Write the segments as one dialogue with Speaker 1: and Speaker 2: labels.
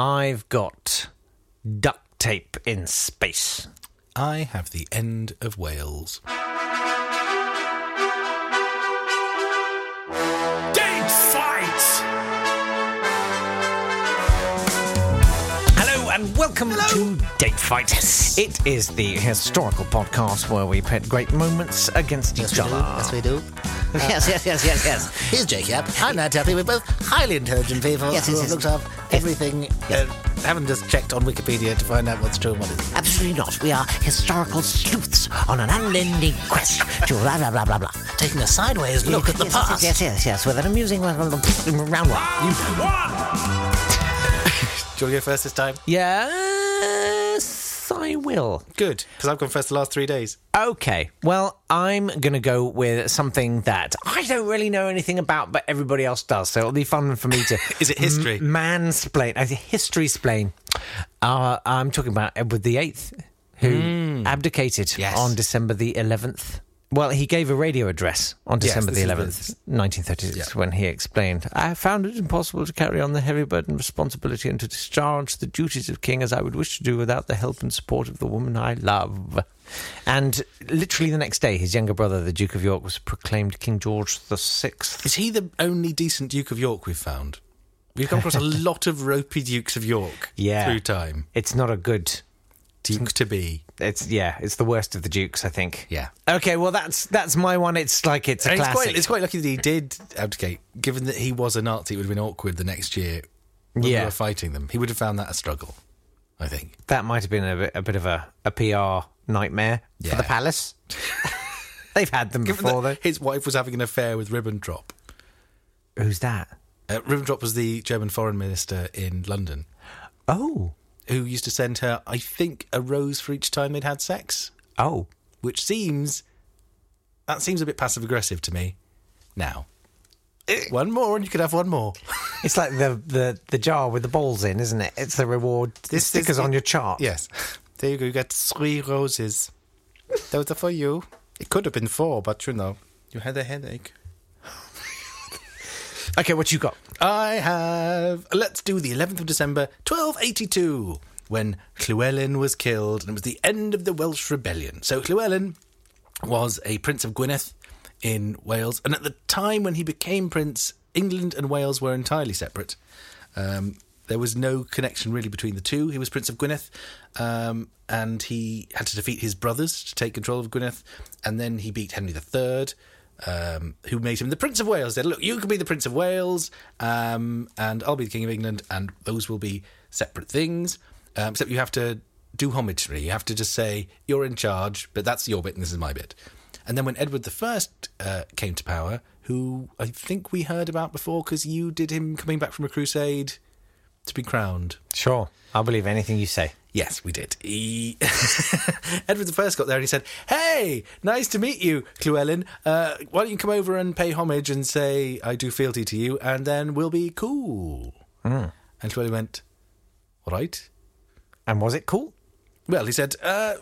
Speaker 1: I've got duct tape in space.
Speaker 2: I have the end of Wales.
Speaker 3: Date fight!
Speaker 1: Hello and welcome to Date Fight. It is the historical podcast where we pit great moments against
Speaker 4: Yes,
Speaker 1: each
Speaker 4: we do.
Speaker 1: other.
Speaker 4: Yes, we do. yes, yes, yes, yes, yes. Here's Jacob. I'm Nat Tapley. We're both highly intelligent people
Speaker 5: Yes,
Speaker 4: who
Speaker 5: yes,
Speaker 4: have
Speaker 5: yes.
Speaker 4: looked up everything.
Speaker 5: Yes.
Speaker 4: Uh, haven't just checked on Wikipedia to find out what's true and what isn't.
Speaker 5: Absolutely not. We are historical sleuths on an unending quest to blah blah blah blah blah.
Speaker 4: Taking a sideways look at the
Speaker 5: yes,
Speaker 4: past.
Speaker 5: Yes, yes, yes, yes. With an amusing round one.
Speaker 3: One!
Speaker 4: Do you want to go first this time?
Speaker 1: Yes, I will.
Speaker 4: Good, because I've gone first the last three days.
Speaker 1: Okay, well, I'm going to go with something that I don't really know anything about, but everybody else does. So it'll be fun for me to.
Speaker 2: Is it history?
Speaker 1: M- mansplain. Uh, history splain. Uh, I'm talking about Edward VIII, who abdicated
Speaker 2: Hmm. Yes.
Speaker 1: on December the 11th. Well, he gave a radio address on
Speaker 2: Yes,
Speaker 1: December
Speaker 2: this is
Speaker 1: the
Speaker 2: the-
Speaker 1: 11th, 1936,
Speaker 2: Yeah.
Speaker 1: when he explained, I have found it impossible to carry on the heavy burden of responsibility and to discharge the duties of king as I would wish to do without the help and support of the woman I love. And literally the next day, his younger brother, the Duke of York, was proclaimed King George the Sixth.
Speaker 2: Is he the only decent Duke of York we've found? We've come across a lot of ropey Dukes of York
Speaker 1: Yeah.
Speaker 2: through time.
Speaker 1: It's not a good
Speaker 2: Duke to be.
Speaker 1: It's yeah, it's the worst of the Dukes, I think.
Speaker 2: Yeah.
Speaker 1: Okay, well that's that's my one. It's like it's a
Speaker 2: And it's
Speaker 1: classic.
Speaker 2: quite, it's quite lucky that he did abdicate, given that he was a Nazi. It would have been awkward the next year when we
Speaker 1: Yeah.
Speaker 2: were fighting them. He would have found that a struggle, I think.
Speaker 1: that might have been a bit, a bit of a, a PR nightmare for
Speaker 2: Yeah.
Speaker 1: the palace. They've had them
Speaker 2: Given
Speaker 1: before, though.
Speaker 2: that his wife was having an affair with Ribbentrop.
Speaker 1: Who's that?
Speaker 2: Uh, Ribbentrop was the German foreign minister in London
Speaker 1: Oh,
Speaker 2: who used to send her, I think, a rose for each time they'd had sex,
Speaker 1: oh,
Speaker 2: which seems that seems a bit passive aggressive to me. Now,
Speaker 1: Eh.
Speaker 2: one more, and you could have one more.
Speaker 1: it's like the, the the jar with the balls in, isn't it? It's the reward stickers
Speaker 2: is-
Speaker 1: on your chart.
Speaker 2: Yes, there you go. You get three roses. Those are for you. It could have been four, but you know, you had a headache.
Speaker 1: Okay, what you got?
Speaker 2: I have. Let's do the 11th of December, 1282, when Llywelyn was killed, and it was the end of the Welsh Rebellion. So Llywelyn was a Prince of Gwynedd in Wales, and at the time when he became Prince, England and Wales were entirely separate. Um, there was no connection really between the two. He was Prince of Gwynedd, um, and he had to defeat his brothers to take control of Gwynedd, and then he beat Henry III, um, who made him the Prince of Wales. Said, "Look, you can be the Prince of Wales, um, and I'll be the King of England, and those will be separate things. Um, except you have to do homage really. You have to just say you're in charge, but that's your bit, and this is my bit." And then when Edward I uh, came to power, who I think we heard about before because you did him coming back from a crusade to be crowned.
Speaker 1: Sure, I'll believe anything you say.
Speaker 2: Yes, we did. He... Edward I got there and he said, Hey, nice to meet you, Llewellyn. Uh, why don't you come over and pay homage and say, I do fealty to you, and then we'll be cool. And Llewellyn went, All right.
Speaker 1: And was it cool?
Speaker 2: Well, he said, uh,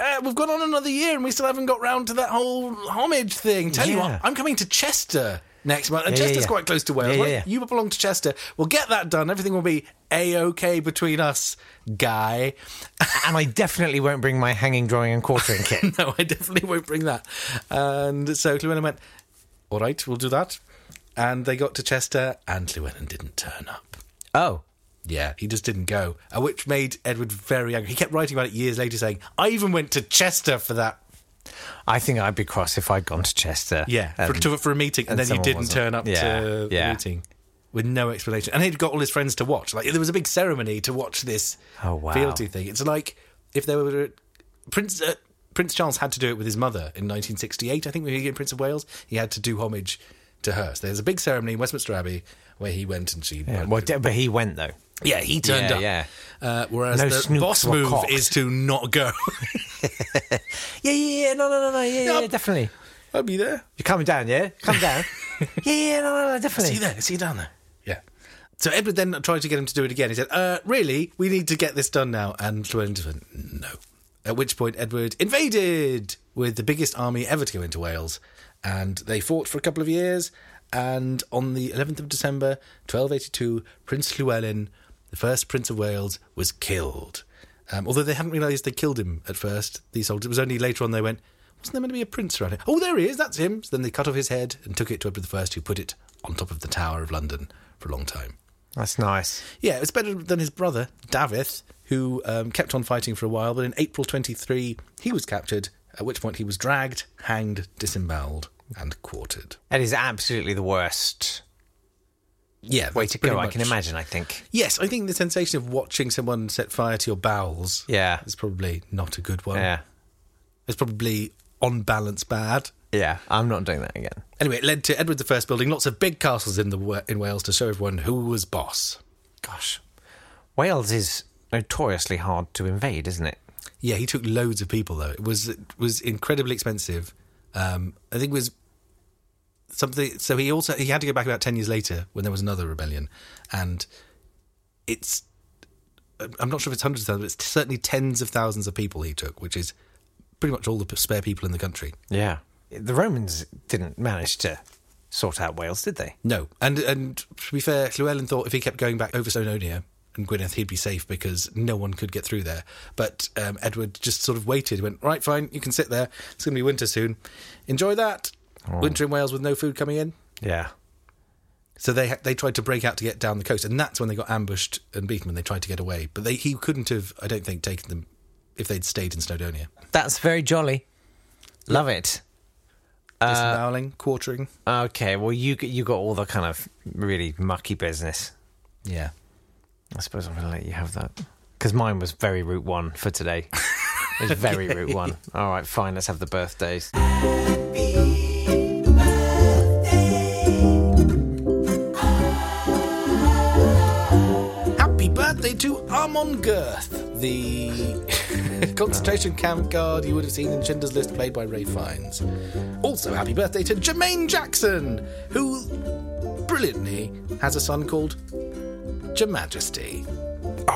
Speaker 2: uh, We've gone on another year and we still haven't got round to that whole homage thing. Tell you
Speaker 1: Yeah.
Speaker 2: what, I'm coming to Chester next month. And
Speaker 1: Yeah, yeah,
Speaker 2: Chester's
Speaker 1: yeah.
Speaker 2: quite close to Wales.
Speaker 1: Yeah,
Speaker 2: Why
Speaker 1: yeah,
Speaker 2: don't
Speaker 1: yeah.
Speaker 2: You belong to Chester. We'll get that done. Everything will be A OK between us, guy.
Speaker 1: And I definitely won't bring my hanging, drawing, and quartering kit.
Speaker 2: no, I definitely won't bring that. And so Llewellyn went, All right, we'll do that. And they got to Chester, and Llewellyn didn't turn up.
Speaker 1: Oh,
Speaker 2: Yeah, he just didn't go, uh, which made Edward very angry. He kept writing about it years later, saying, I even went to Chester for that
Speaker 1: I think I'd be cross if I'd gone to Chester.
Speaker 2: Yeah, for,
Speaker 1: Um,
Speaker 2: to, for a meeting,
Speaker 1: and
Speaker 2: and, then you
Speaker 1: someone
Speaker 2: didn't
Speaker 1: wasn't-
Speaker 2: turn up
Speaker 1: Yeah,
Speaker 2: to the
Speaker 1: yeah.
Speaker 2: meeting with no explanation. And he'd got all his friends to watch. Like there was a big ceremony to watch this
Speaker 1: Oh, wow.
Speaker 2: fealty thing. It's like if there were Prince uh, Prince Charles had to do it with his mother in 1968. I think when he became Prince of Wales, he had to do homage to her. So there's a big ceremony in Westminster Abbey where he went and she.
Speaker 1: yeah, well, de- but he went though.
Speaker 2: Yeah, he turned
Speaker 1: Yeah,
Speaker 2: up.
Speaker 1: yeah.
Speaker 2: Uh, whereas
Speaker 1: No
Speaker 2: the
Speaker 1: snoops
Speaker 2: boss
Speaker 1: were
Speaker 2: move
Speaker 1: cocked.
Speaker 2: is to not go.
Speaker 1: Yeah, yeah, yeah. No, no, no, no. Yeah,
Speaker 2: Yep.
Speaker 1: yeah, definitely.
Speaker 2: I'll be there.
Speaker 1: You're coming down, yeah? Come down. yeah, yeah, no, no, no,
Speaker 2: See
Speaker 1: definitely.
Speaker 2: you there. See you down there. Yeah. So Edward then tried to get him to do it again. He said, uh, really? We need to get this done now. And Llewellyn just went, no. At which point Edward invaded with the biggest army ever to go into Wales. And they fought for a couple of years. And on the 11th of December, 1282, Prince Llewellyn the first Prince of Wales was killed. Um, although they hadn't realised they killed him at first, these soldiers. It was only later on they went, wasn't there meant to be a prince around here? Oh, there he is, that's him. So then they cut off his head and took it to Edward I, who put it on top of the Tower of London for a long time.
Speaker 1: That's nice.
Speaker 2: Yeah, it's better than his brother, Davith, who um, kept on fighting for a while, but in April 23, he was captured, at which point he was dragged, hanged, disemboweled, and quartered.
Speaker 1: That is absolutely the worst
Speaker 2: Yeah,
Speaker 1: way
Speaker 2: that's
Speaker 1: to
Speaker 2: pretty
Speaker 1: go, I can
Speaker 2: much-
Speaker 1: imagine, I think.
Speaker 2: Yes, I think the sensation of watching someone set fire to your bowels
Speaker 1: Yeah.
Speaker 2: is probably not a good one.
Speaker 1: Yeah.
Speaker 2: It's probably on balance bad.
Speaker 1: Yeah. I'm not doing that again.
Speaker 2: Anyway, it led to Edward I building lots of big castles in the Wa- in Wales to show everyone who was boss.
Speaker 1: Gosh. Wales is notoriously hard to invade, isn't it?
Speaker 2: Yeah, he took loads of people though. It was it was incredibly expensive. Um, I think it was something. So he also he had to go back about ten years later when there was another rebellion, and it's I'm not sure if it's hundreds of thousands, but it's certainly tens of thousands of people he took, which is pretty much all the p- spare people in the country.
Speaker 1: Yeah. The Romans didn't manage to sort out Wales, did they?
Speaker 2: No, and and to be fair, Llewellyn thought if he kept going back over Sononia and Gwynedd, he'd be safe because no one could get through there. But um, Edward just sort of waited. Went right, fine, you can sit there. It's going to be winter soon. Enjoy that. Winter in Wales with no food coming in.
Speaker 1: Yeah.
Speaker 2: So they ha- they tried to break out to get down the coast, and that's when they got ambushed and beaten when they tried to get away. But they he couldn't have, I don't think, taken them if they'd stayed in Snowdonia.
Speaker 1: That's very jolly. Love it.
Speaker 2: Disemboweling, quartering.
Speaker 1: Okay, well you you got all the kind of really mucky business.
Speaker 2: Yeah.
Speaker 1: I suppose I'm going to let you have that because mine was very Route One for today. It's very Route One. All right, fine. Let's have the birthdays.
Speaker 2: Happy birthday to Armon Girth, the concentration camp guard you would have seen in Schindler's List, played by Ray Fiennes. Also, happy birthday to Jermaine Jackson, who brilliantly has a son called Your Majesty,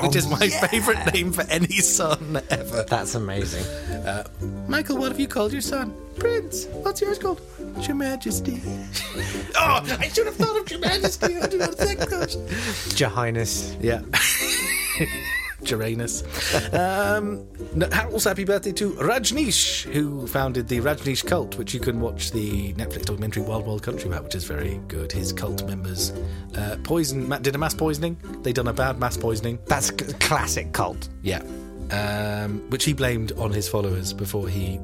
Speaker 2: which is my favourite name for any son ever.
Speaker 1: That's amazing.
Speaker 2: Michael, what have you called your son? Prince. What's yours called? Your Majesty. oh, I should have thought of Your Majesty. I do not think that.
Speaker 1: Your Highness.
Speaker 2: Yeah. Uranus. Um, no, ha- also, happy birthday to Rajneesh, who founded the Rajneesh cult, which you can watch the Netflix documentary Wild Wild Country about, which is very good. His cult members uh, poison ma- did a mass poisoning. They done a bad mass poisoning.
Speaker 1: That's c- classic cult.
Speaker 2: Yeah, um, which he blamed on his followers before he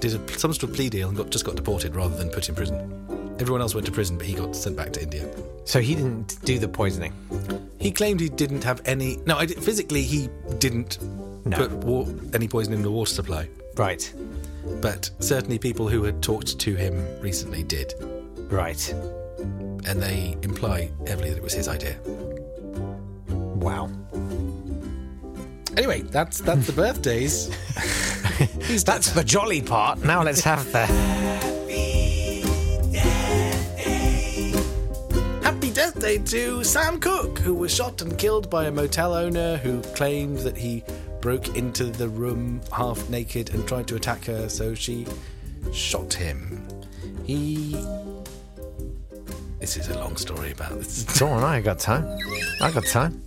Speaker 2: did a, some sort of plea deal and got just got deported rather than put in prison. Everyone else went to prison, but he got sent back to India.
Speaker 1: So he didn't do the poisoning.
Speaker 2: He claimed he didn't have any. No, I, di- physically he didn't
Speaker 1: No.
Speaker 2: put wa- any poison in the water supply,
Speaker 1: Right.
Speaker 2: but certainly people who had talked to him recently did,
Speaker 1: Right.
Speaker 2: and they imply heavily that it was his idea.
Speaker 1: Wow.
Speaker 2: Anyway, that's that's the birthdays.
Speaker 1: That's the jolly part. Now let's have the.
Speaker 2: Happy death day to Sam Cook, who was shot and killed by a motel owner who claimed that he broke into the room half naked and tried to attack her, so she shot him. He. This is a long story about this.
Speaker 1: It's all right. I got time. I got time.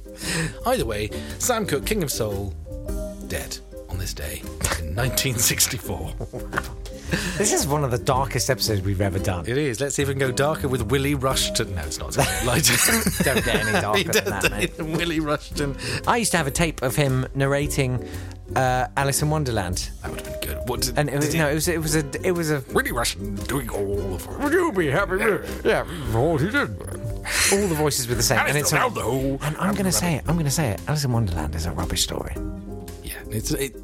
Speaker 2: Either way, Sam Cooke, King of Soul, dead on this day in 1964.
Speaker 1: This is one of the darkest episodes we've ever done.
Speaker 2: It is. Let's even go darker with Willie Rushton. No, it's not. It's gonna be lighter.
Speaker 1: Don't get any darker than that, mate.
Speaker 2: Willie Rushton.
Speaker 1: I used to have a tape of him narrating uh, Alice in Wonderland,
Speaker 2: That would have been good. What did,
Speaker 1: and it was,
Speaker 2: did he-
Speaker 1: no, it was it was a it was a
Speaker 2: Willie Rushton doing all of
Speaker 1: Would you be happy with Yeah, all he did. All the voices were the same. and, it's
Speaker 3: around the hole.
Speaker 1: and I'm going to say it. I'm going to say it. Alice in Wonderland is a rubbish story.
Speaker 2: Yeah, it's it,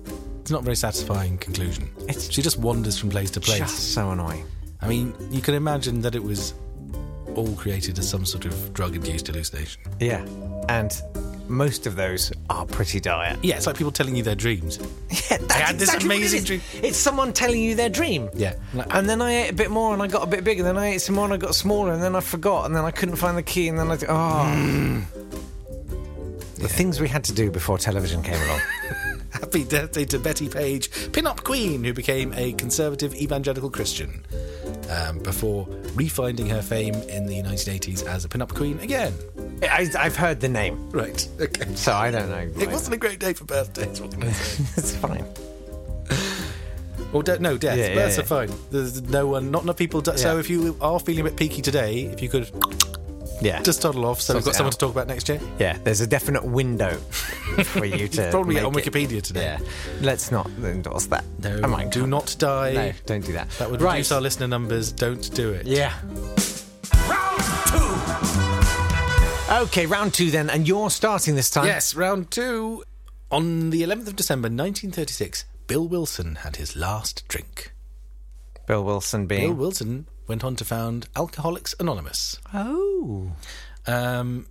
Speaker 2: it's not a very satisfying conclusion.
Speaker 1: It's-
Speaker 2: she just wanders from place to place.
Speaker 1: Just so annoying.
Speaker 2: I mean, you can imagine that it was all created as some sort of drug-induced hallucination.
Speaker 1: Yeah. And most of those are pretty dire.
Speaker 2: Yeah, it's like people telling you their dreams.
Speaker 1: Yeah, that's
Speaker 2: had this
Speaker 1: exactly what it
Speaker 2: amazing
Speaker 1: is.
Speaker 2: dream.
Speaker 1: It's someone telling you their dream.
Speaker 2: Yeah.
Speaker 1: And then I ate a bit more and I got a bit bigger. Then I ate some more and I got smaller. And then I forgot. And then I couldn't find the key. And then I. Oh.
Speaker 2: Mm.
Speaker 1: The things we had to do before television came along.
Speaker 2: Happy death day to Betty Page, pin-up queen who became a conservative evangelical Christian um, before refinding her fame in the 1980s as a pin-up queen again.
Speaker 1: I, I've heard the name,
Speaker 2: Right. Okay.
Speaker 1: so I don't know.
Speaker 2: It wasn't a great day for birthdays. What can I say?
Speaker 1: it's fine.
Speaker 2: Or don't, no deaths.
Speaker 1: Yeah, yeah,
Speaker 2: Births
Speaker 1: yeah.
Speaker 2: are fine. There's no one, not enough people. di- So
Speaker 1: Yeah.
Speaker 2: if you are feeling a bit peaky today, if you could
Speaker 1: Yeah.
Speaker 2: just toddle off, so we've
Speaker 1: Sort
Speaker 2: got
Speaker 1: it
Speaker 2: someone
Speaker 1: out.
Speaker 2: to talk about next year.
Speaker 1: Yeah, there's a definite window for you to.
Speaker 2: probably
Speaker 1: make
Speaker 2: on
Speaker 1: it.
Speaker 2: Wikipedia today.
Speaker 1: Yeah. Let's not endorse that.
Speaker 2: No,
Speaker 1: I might
Speaker 2: do
Speaker 1: not.
Speaker 2: not die.
Speaker 1: No, don't do that.
Speaker 2: That would
Speaker 1: right.
Speaker 2: reduce our listener numbers. Don't do it.
Speaker 1: Yeah.
Speaker 3: Round two.
Speaker 1: Okay, round two then, and you're starting this time.
Speaker 2: Yes, round two. On the 11th of December 1936, Bill Wilson had his last drink.
Speaker 1: Bill Wilson being.
Speaker 2: Bill Wilson went on to found Alcoholics Anonymous.
Speaker 1: oh.
Speaker 2: Um,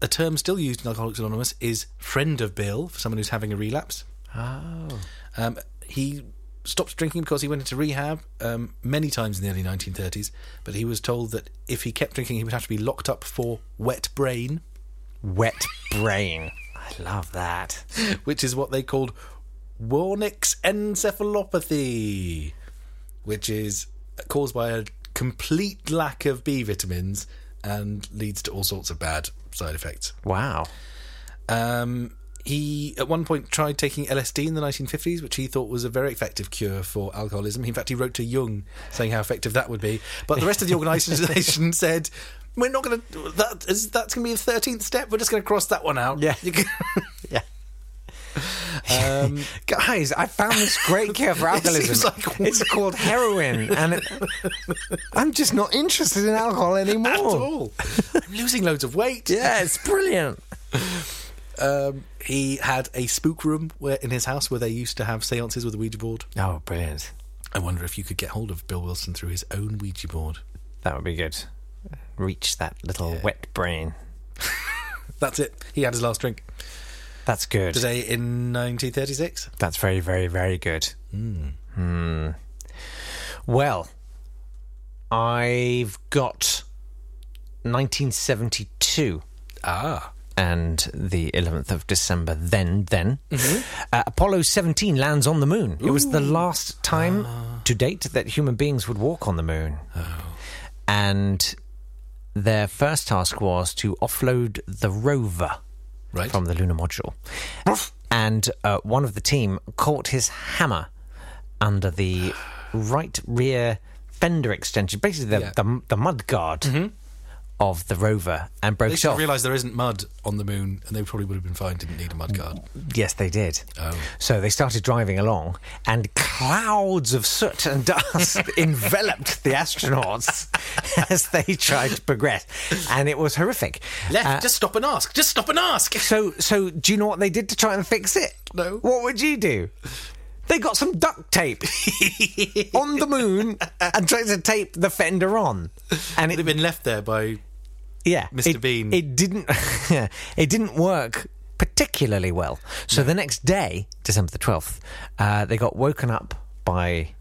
Speaker 2: a term still used in Alcoholics Anonymous is friend of Bill for someone who's having a relapse.
Speaker 1: Oh.
Speaker 2: Um, he stopped drinking because he went into rehab um, many times in the early 1930s, but he was told that if he kept drinking, he would have to be locked up for wet brain,
Speaker 1: Wet brain. I love that.
Speaker 2: which is what they called Wernicke's encephalopathy, which is caused by a complete lack of B vitamins and leads to all sorts of bad side effects.
Speaker 1: Wow.
Speaker 2: Um, he at one point tried taking LSD in the 1950s, which he thought was a very effective cure for alcoholism. In fact, he wrote to Jung saying how effective that would be. But the rest of the organisation said, "We're not going to. That is that's going to be the 13th step. We're just going to cross that one out."
Speaker 1: Yeah.
Speaker 2: You can- Um,
Speaker 1: Yeah. Guys, I found this great cure for
Speaker 2: It
Speaker 1: alcoholism.
Speaker 2: seems like-
Speaker 1: it's called heroin, and it, I'm just not interested in alcohol anymore.
Speaker 2: at all. I'm losing loads of weight.
Speaker 1: Yeah, it's brilliant.
Speaker 2: Um, he had a spook room where in his house where they used to have seances with a Ouija board.
Speaker 1: Oh, brilliant.
Speaker 2: I wonder if you could get hold of Bill Wilson through his own Ouija board.
Speaker 1: That would be good. Reach that little wet brain.
Speaker 2: That's it. He had his last drink
Speaker 1: That's good.
Speaker 2: today in 1936.
Speaker 1: That's very, very, very good. Hmm. Well, I've got 1972
Speaker 2: Ah.
Speaker 1: and the 11th of December. Then, then uh, Apollo 17 lands on the moon. It was the last time to date that human beings would walk on the moon, and their first task was to offload the rover
Speaker 2: Right.
Speaker 1: from the lunar module. And uh, one of the team caught his hammer under the right rear fender extension, basically the,
Speaker 2: Yeah. Mm-hmm.
Speaker 1: the, the mud guard of the rover, and broke
Speaker 2: They
Speaker 1: it
Speaker 2: should
Speaker 1: off.
Speaker 2: realise there isn't mud on the moon, and they probably would have been fine. Didn't need a mud guard.
Speaker 1: Yes, they did.
Speaker 2: Oh.
Speaker 1: So they started driving along, and clouds of soot and dust enveloped the astronauts as they tried to progress. And it was horrific. Uh,
Speaker 2: just stop and ask. Just stop and ask.
Speaker 1: So, so do you know what they did to try and fix it?
Speaker 2: No.
Speaker 1: What would you do? They got some duct tape on the moon and tried to tape the fender on, and
Speaker 2: They'd have
Speaker 1: it
Speaker 2: been left there by.
Speaker 1: yeah,
Speaker 2: Mr.
Speaker 1: it-
Speaker 2: Bean.
Speaker 1: It didn't. it didn't work particularly well. So the next day, December the twelfth, uh, they got woken up by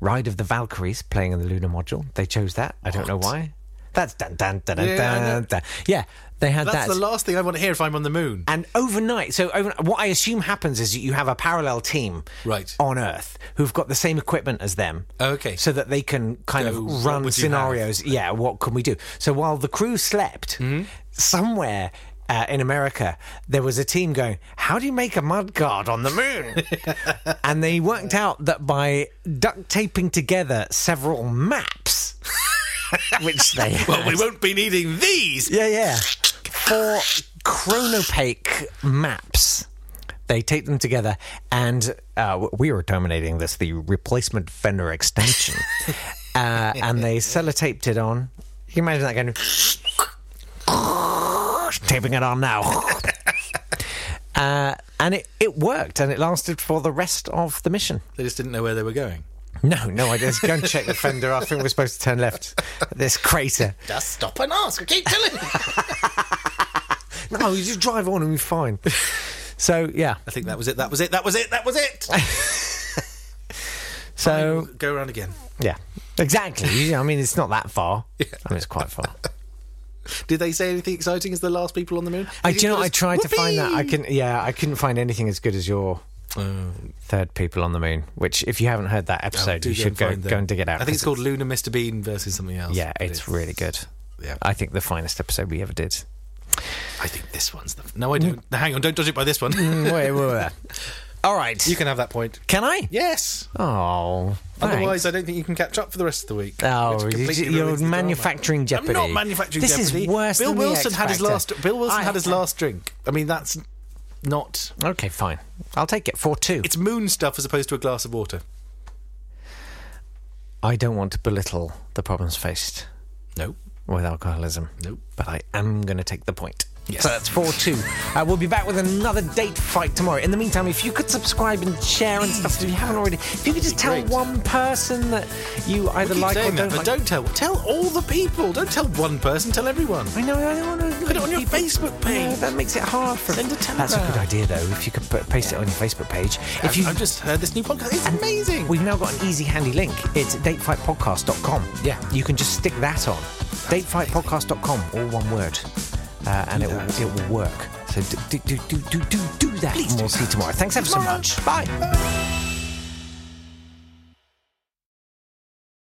Speaker 1: Ride of the Valkyries playing in the lunar module. They chose that. I don't know why. That's dun dun dun dun
Speaker 2: Yeah, I know.
Speaker 1: dun, dun. Yeah, they had
Speaker 2: That's
Speaker 1: that.
Speaker 2: the last thing I want to hear if I'm on the moon.
Speaker 1: And overnight, so over, what I assume happens is that you have a parallel team
Speaker 2: Right. Oh,
Speaker 1: on Earth who've got the same equipment as them.
Speaker 2: Okay.
Speaker 1: So that they can kind
Speaker 2: Go,
Speaker 1: of
Speaker 2: what
Speaker 1: run
Speaker 2: would you have?
Speaker 1: scenarios. Yeah, what can we do? So while the crew slept,
Speaker 2: Mm-hmm.
Speaker 1: somewhere uh, in America, there was a team going, How do you make a mud guard on the moon? and they worked out that by duct taping together several maps, which they
Speaker 2: Well, we won't be needing these.
Speaker 1: yeah, yeah. For chronopake maps, they tape them together, and uh, w- we were terminating this the replacement fender extension, uh, and they sellotaped it on. You imagine that going taping it on now. Uh, and it, it worked and it lasted for the rest of the mission.
Speaker 2: They just didn't know where they were going.
Speaker 1: No, no, I just go and check the fender. I think we're supposed to turn left. This crater.
Speaker 4: Just stop and ask. Keep telling me.
Speaker 1: No, you just drive on and we're fine. So yeah,
Speaker 2: I think that was it. That was it. That was it. That was it.
Speaker 1: so
Speaker 2: Go around again.
Speaker 1: yeah, exactly. You know, I mean, it's not that far. I mean, it's quite far.
Speaker 2: Did they say anything exciting as the last people on the moon?
Speaker 1: I,
Speaker 2: Did
Speaker 1: do you know,
Speaker 2: just-
Speaker 1: I tried to find that. I
Speaker 2: Whoopee!
Speaker 1: can, yeah, I couldn't find anything as good as your
Speaker 2: Oh,
Speaker 1: third people on the moon. Which, if you haven't heard that episode,
Speaker 2: Do
Speaker 1: you
Speaker 2: go
Speaker 1: should
Speaker 2: and
Speaker 1: go
Speaker 2: find them.
Speaker 1: go and dig it out.
Speaker 2: I think it's called Lunar Mr Bean versus something else.
Speaker 1: Yeah,
Speaker 2: but
Speaker 1: it's really good.
Speaker 2: yeah.
Speaker 1: I think the finest episode we ever did.
Speaker 2: I think this one's the. No, I don't. Hang on, don't judge it by this one.
Speaker 1: Wait, wait, wait. All right.
Speaker 2: Mm. you can have that point.
Speaker 1: Can I?
Speaker 2: Yes.
Speaker 1: Oh. thanks.
Speaker 2: Otherwise, I don't think you can catch up for the rest of the week.
Speaker 1: Oh,
Speaker 2: which
Speaker 1: you-
Speaker 2: completely
Speaker 1: you're
Speaker 2: ruins the drama.
Speaker 1: manufacturing jeopardy.
Speaker 2: I'm not manufacturing
Speaker 1: this
Speaker 2: jeopardy.
Speaker 1: is worse
Speaker 2: Bill
Speaker 1: than
Speaker 2: Wilson
Speaker 1: the X
Speaker 2: had his
Speaker 1: Factor.
Speaker 2: last. Bill Wilson
Speaker 1: I-
Speaker 2: had his last drink. I mean, that's not.
Speaker 1: Okay, fine. I'll take it. 4 2.
Speaker 2: It's moon stuff as opposed to a glass of water.
Speaker 1: I don't want to belittle the problems faced
Speaker 2: No.
Speaker 1: with alcoholism.
Speaker 2: Nope.
Speaker 1: But I am going to take the point.
Speaker 2: Yes.
Speaker 1: So that's 4 2. Uh, we'll be back with another date fight tomorrow. In the meantime, if you could subscribe and share and stuff if you haven't already, if you could just tell
Speaker 2: great.
Speaker 1: one person that you either
Speaker 2: Keep
Speaker 1: like or
Speaker 2: saying
Speaker 1: don't
Speaker 2: that, but
Speaker 1: like.
Speaker 2: don't tell. Tell all the people. Don't tell one person. Tell everyone.
Speaker 1: I know, I don't want to.
Speaker 2: Put it on your Facebook
Speaker 1: No,
Speaker 2: page.
Speaker 1: that makes it hard for
Speaker 2: Send a
Speaker 1: That's a
Speaker 2: telegram.
Speaker 1: good idea, though, if you could put, paste it on your Facebook page. If you,
Speaker 2: I've just heard this new podcast. It's amazing.
Speaker 1: We've now got an easy, handy link. It's datefightpodcast.com.
Speaker 2: Yeah.
Speaker 1: You can just stick that on. Datefightpodcast.com, all one word. Uh, and it will, it will work. So do, do, do, do, do, do that. and we'll see you tomorrow. Thanks ever so much. Bye.